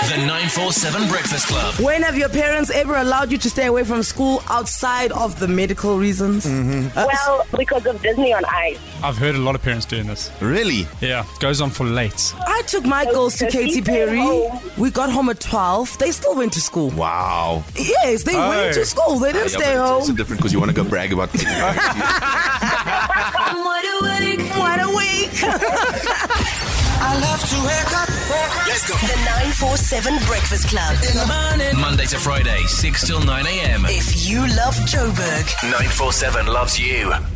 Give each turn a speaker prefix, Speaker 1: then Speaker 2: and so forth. Speaker 1: 947 Breakfast Club.
Speaker 2: When have your parents ever allowed you to stay away from school outside of the medical reasons? Uh,
Speaker 3: Well, because of Disney on Ice.
Speaker 4: I've heard a lot of parents doing this.
Speaker 5: Really?
Speaker 4: Yeah, goes on for late.
Speaker 2: I took my girls to
Speaker 3: so she
Speaker 2: Katy
Speaker 3: stayed
Speaker 2: Perry.
Speaker 3: home.
Speaker 2: We got home at 12. They still went to school.
Speaker 5: Wow.
Speaker 2: Yes, they went to school. Oh, They didn't
Speaker 5: Yeah, but
Speaker 2: stay
Speaker 5: It's also
Speaker 2: home.
Speaker 5: different because you want to go brag about
Speaker 2: What a week.
Speaker 1: Let's go.
Speaker 6: The 947 Breakfast Club.
Speaker 1: Monday to Friday, 6 till 9 a.m.
Speaker 6: If you love Joburg,
Speaker 1: 947 loves you.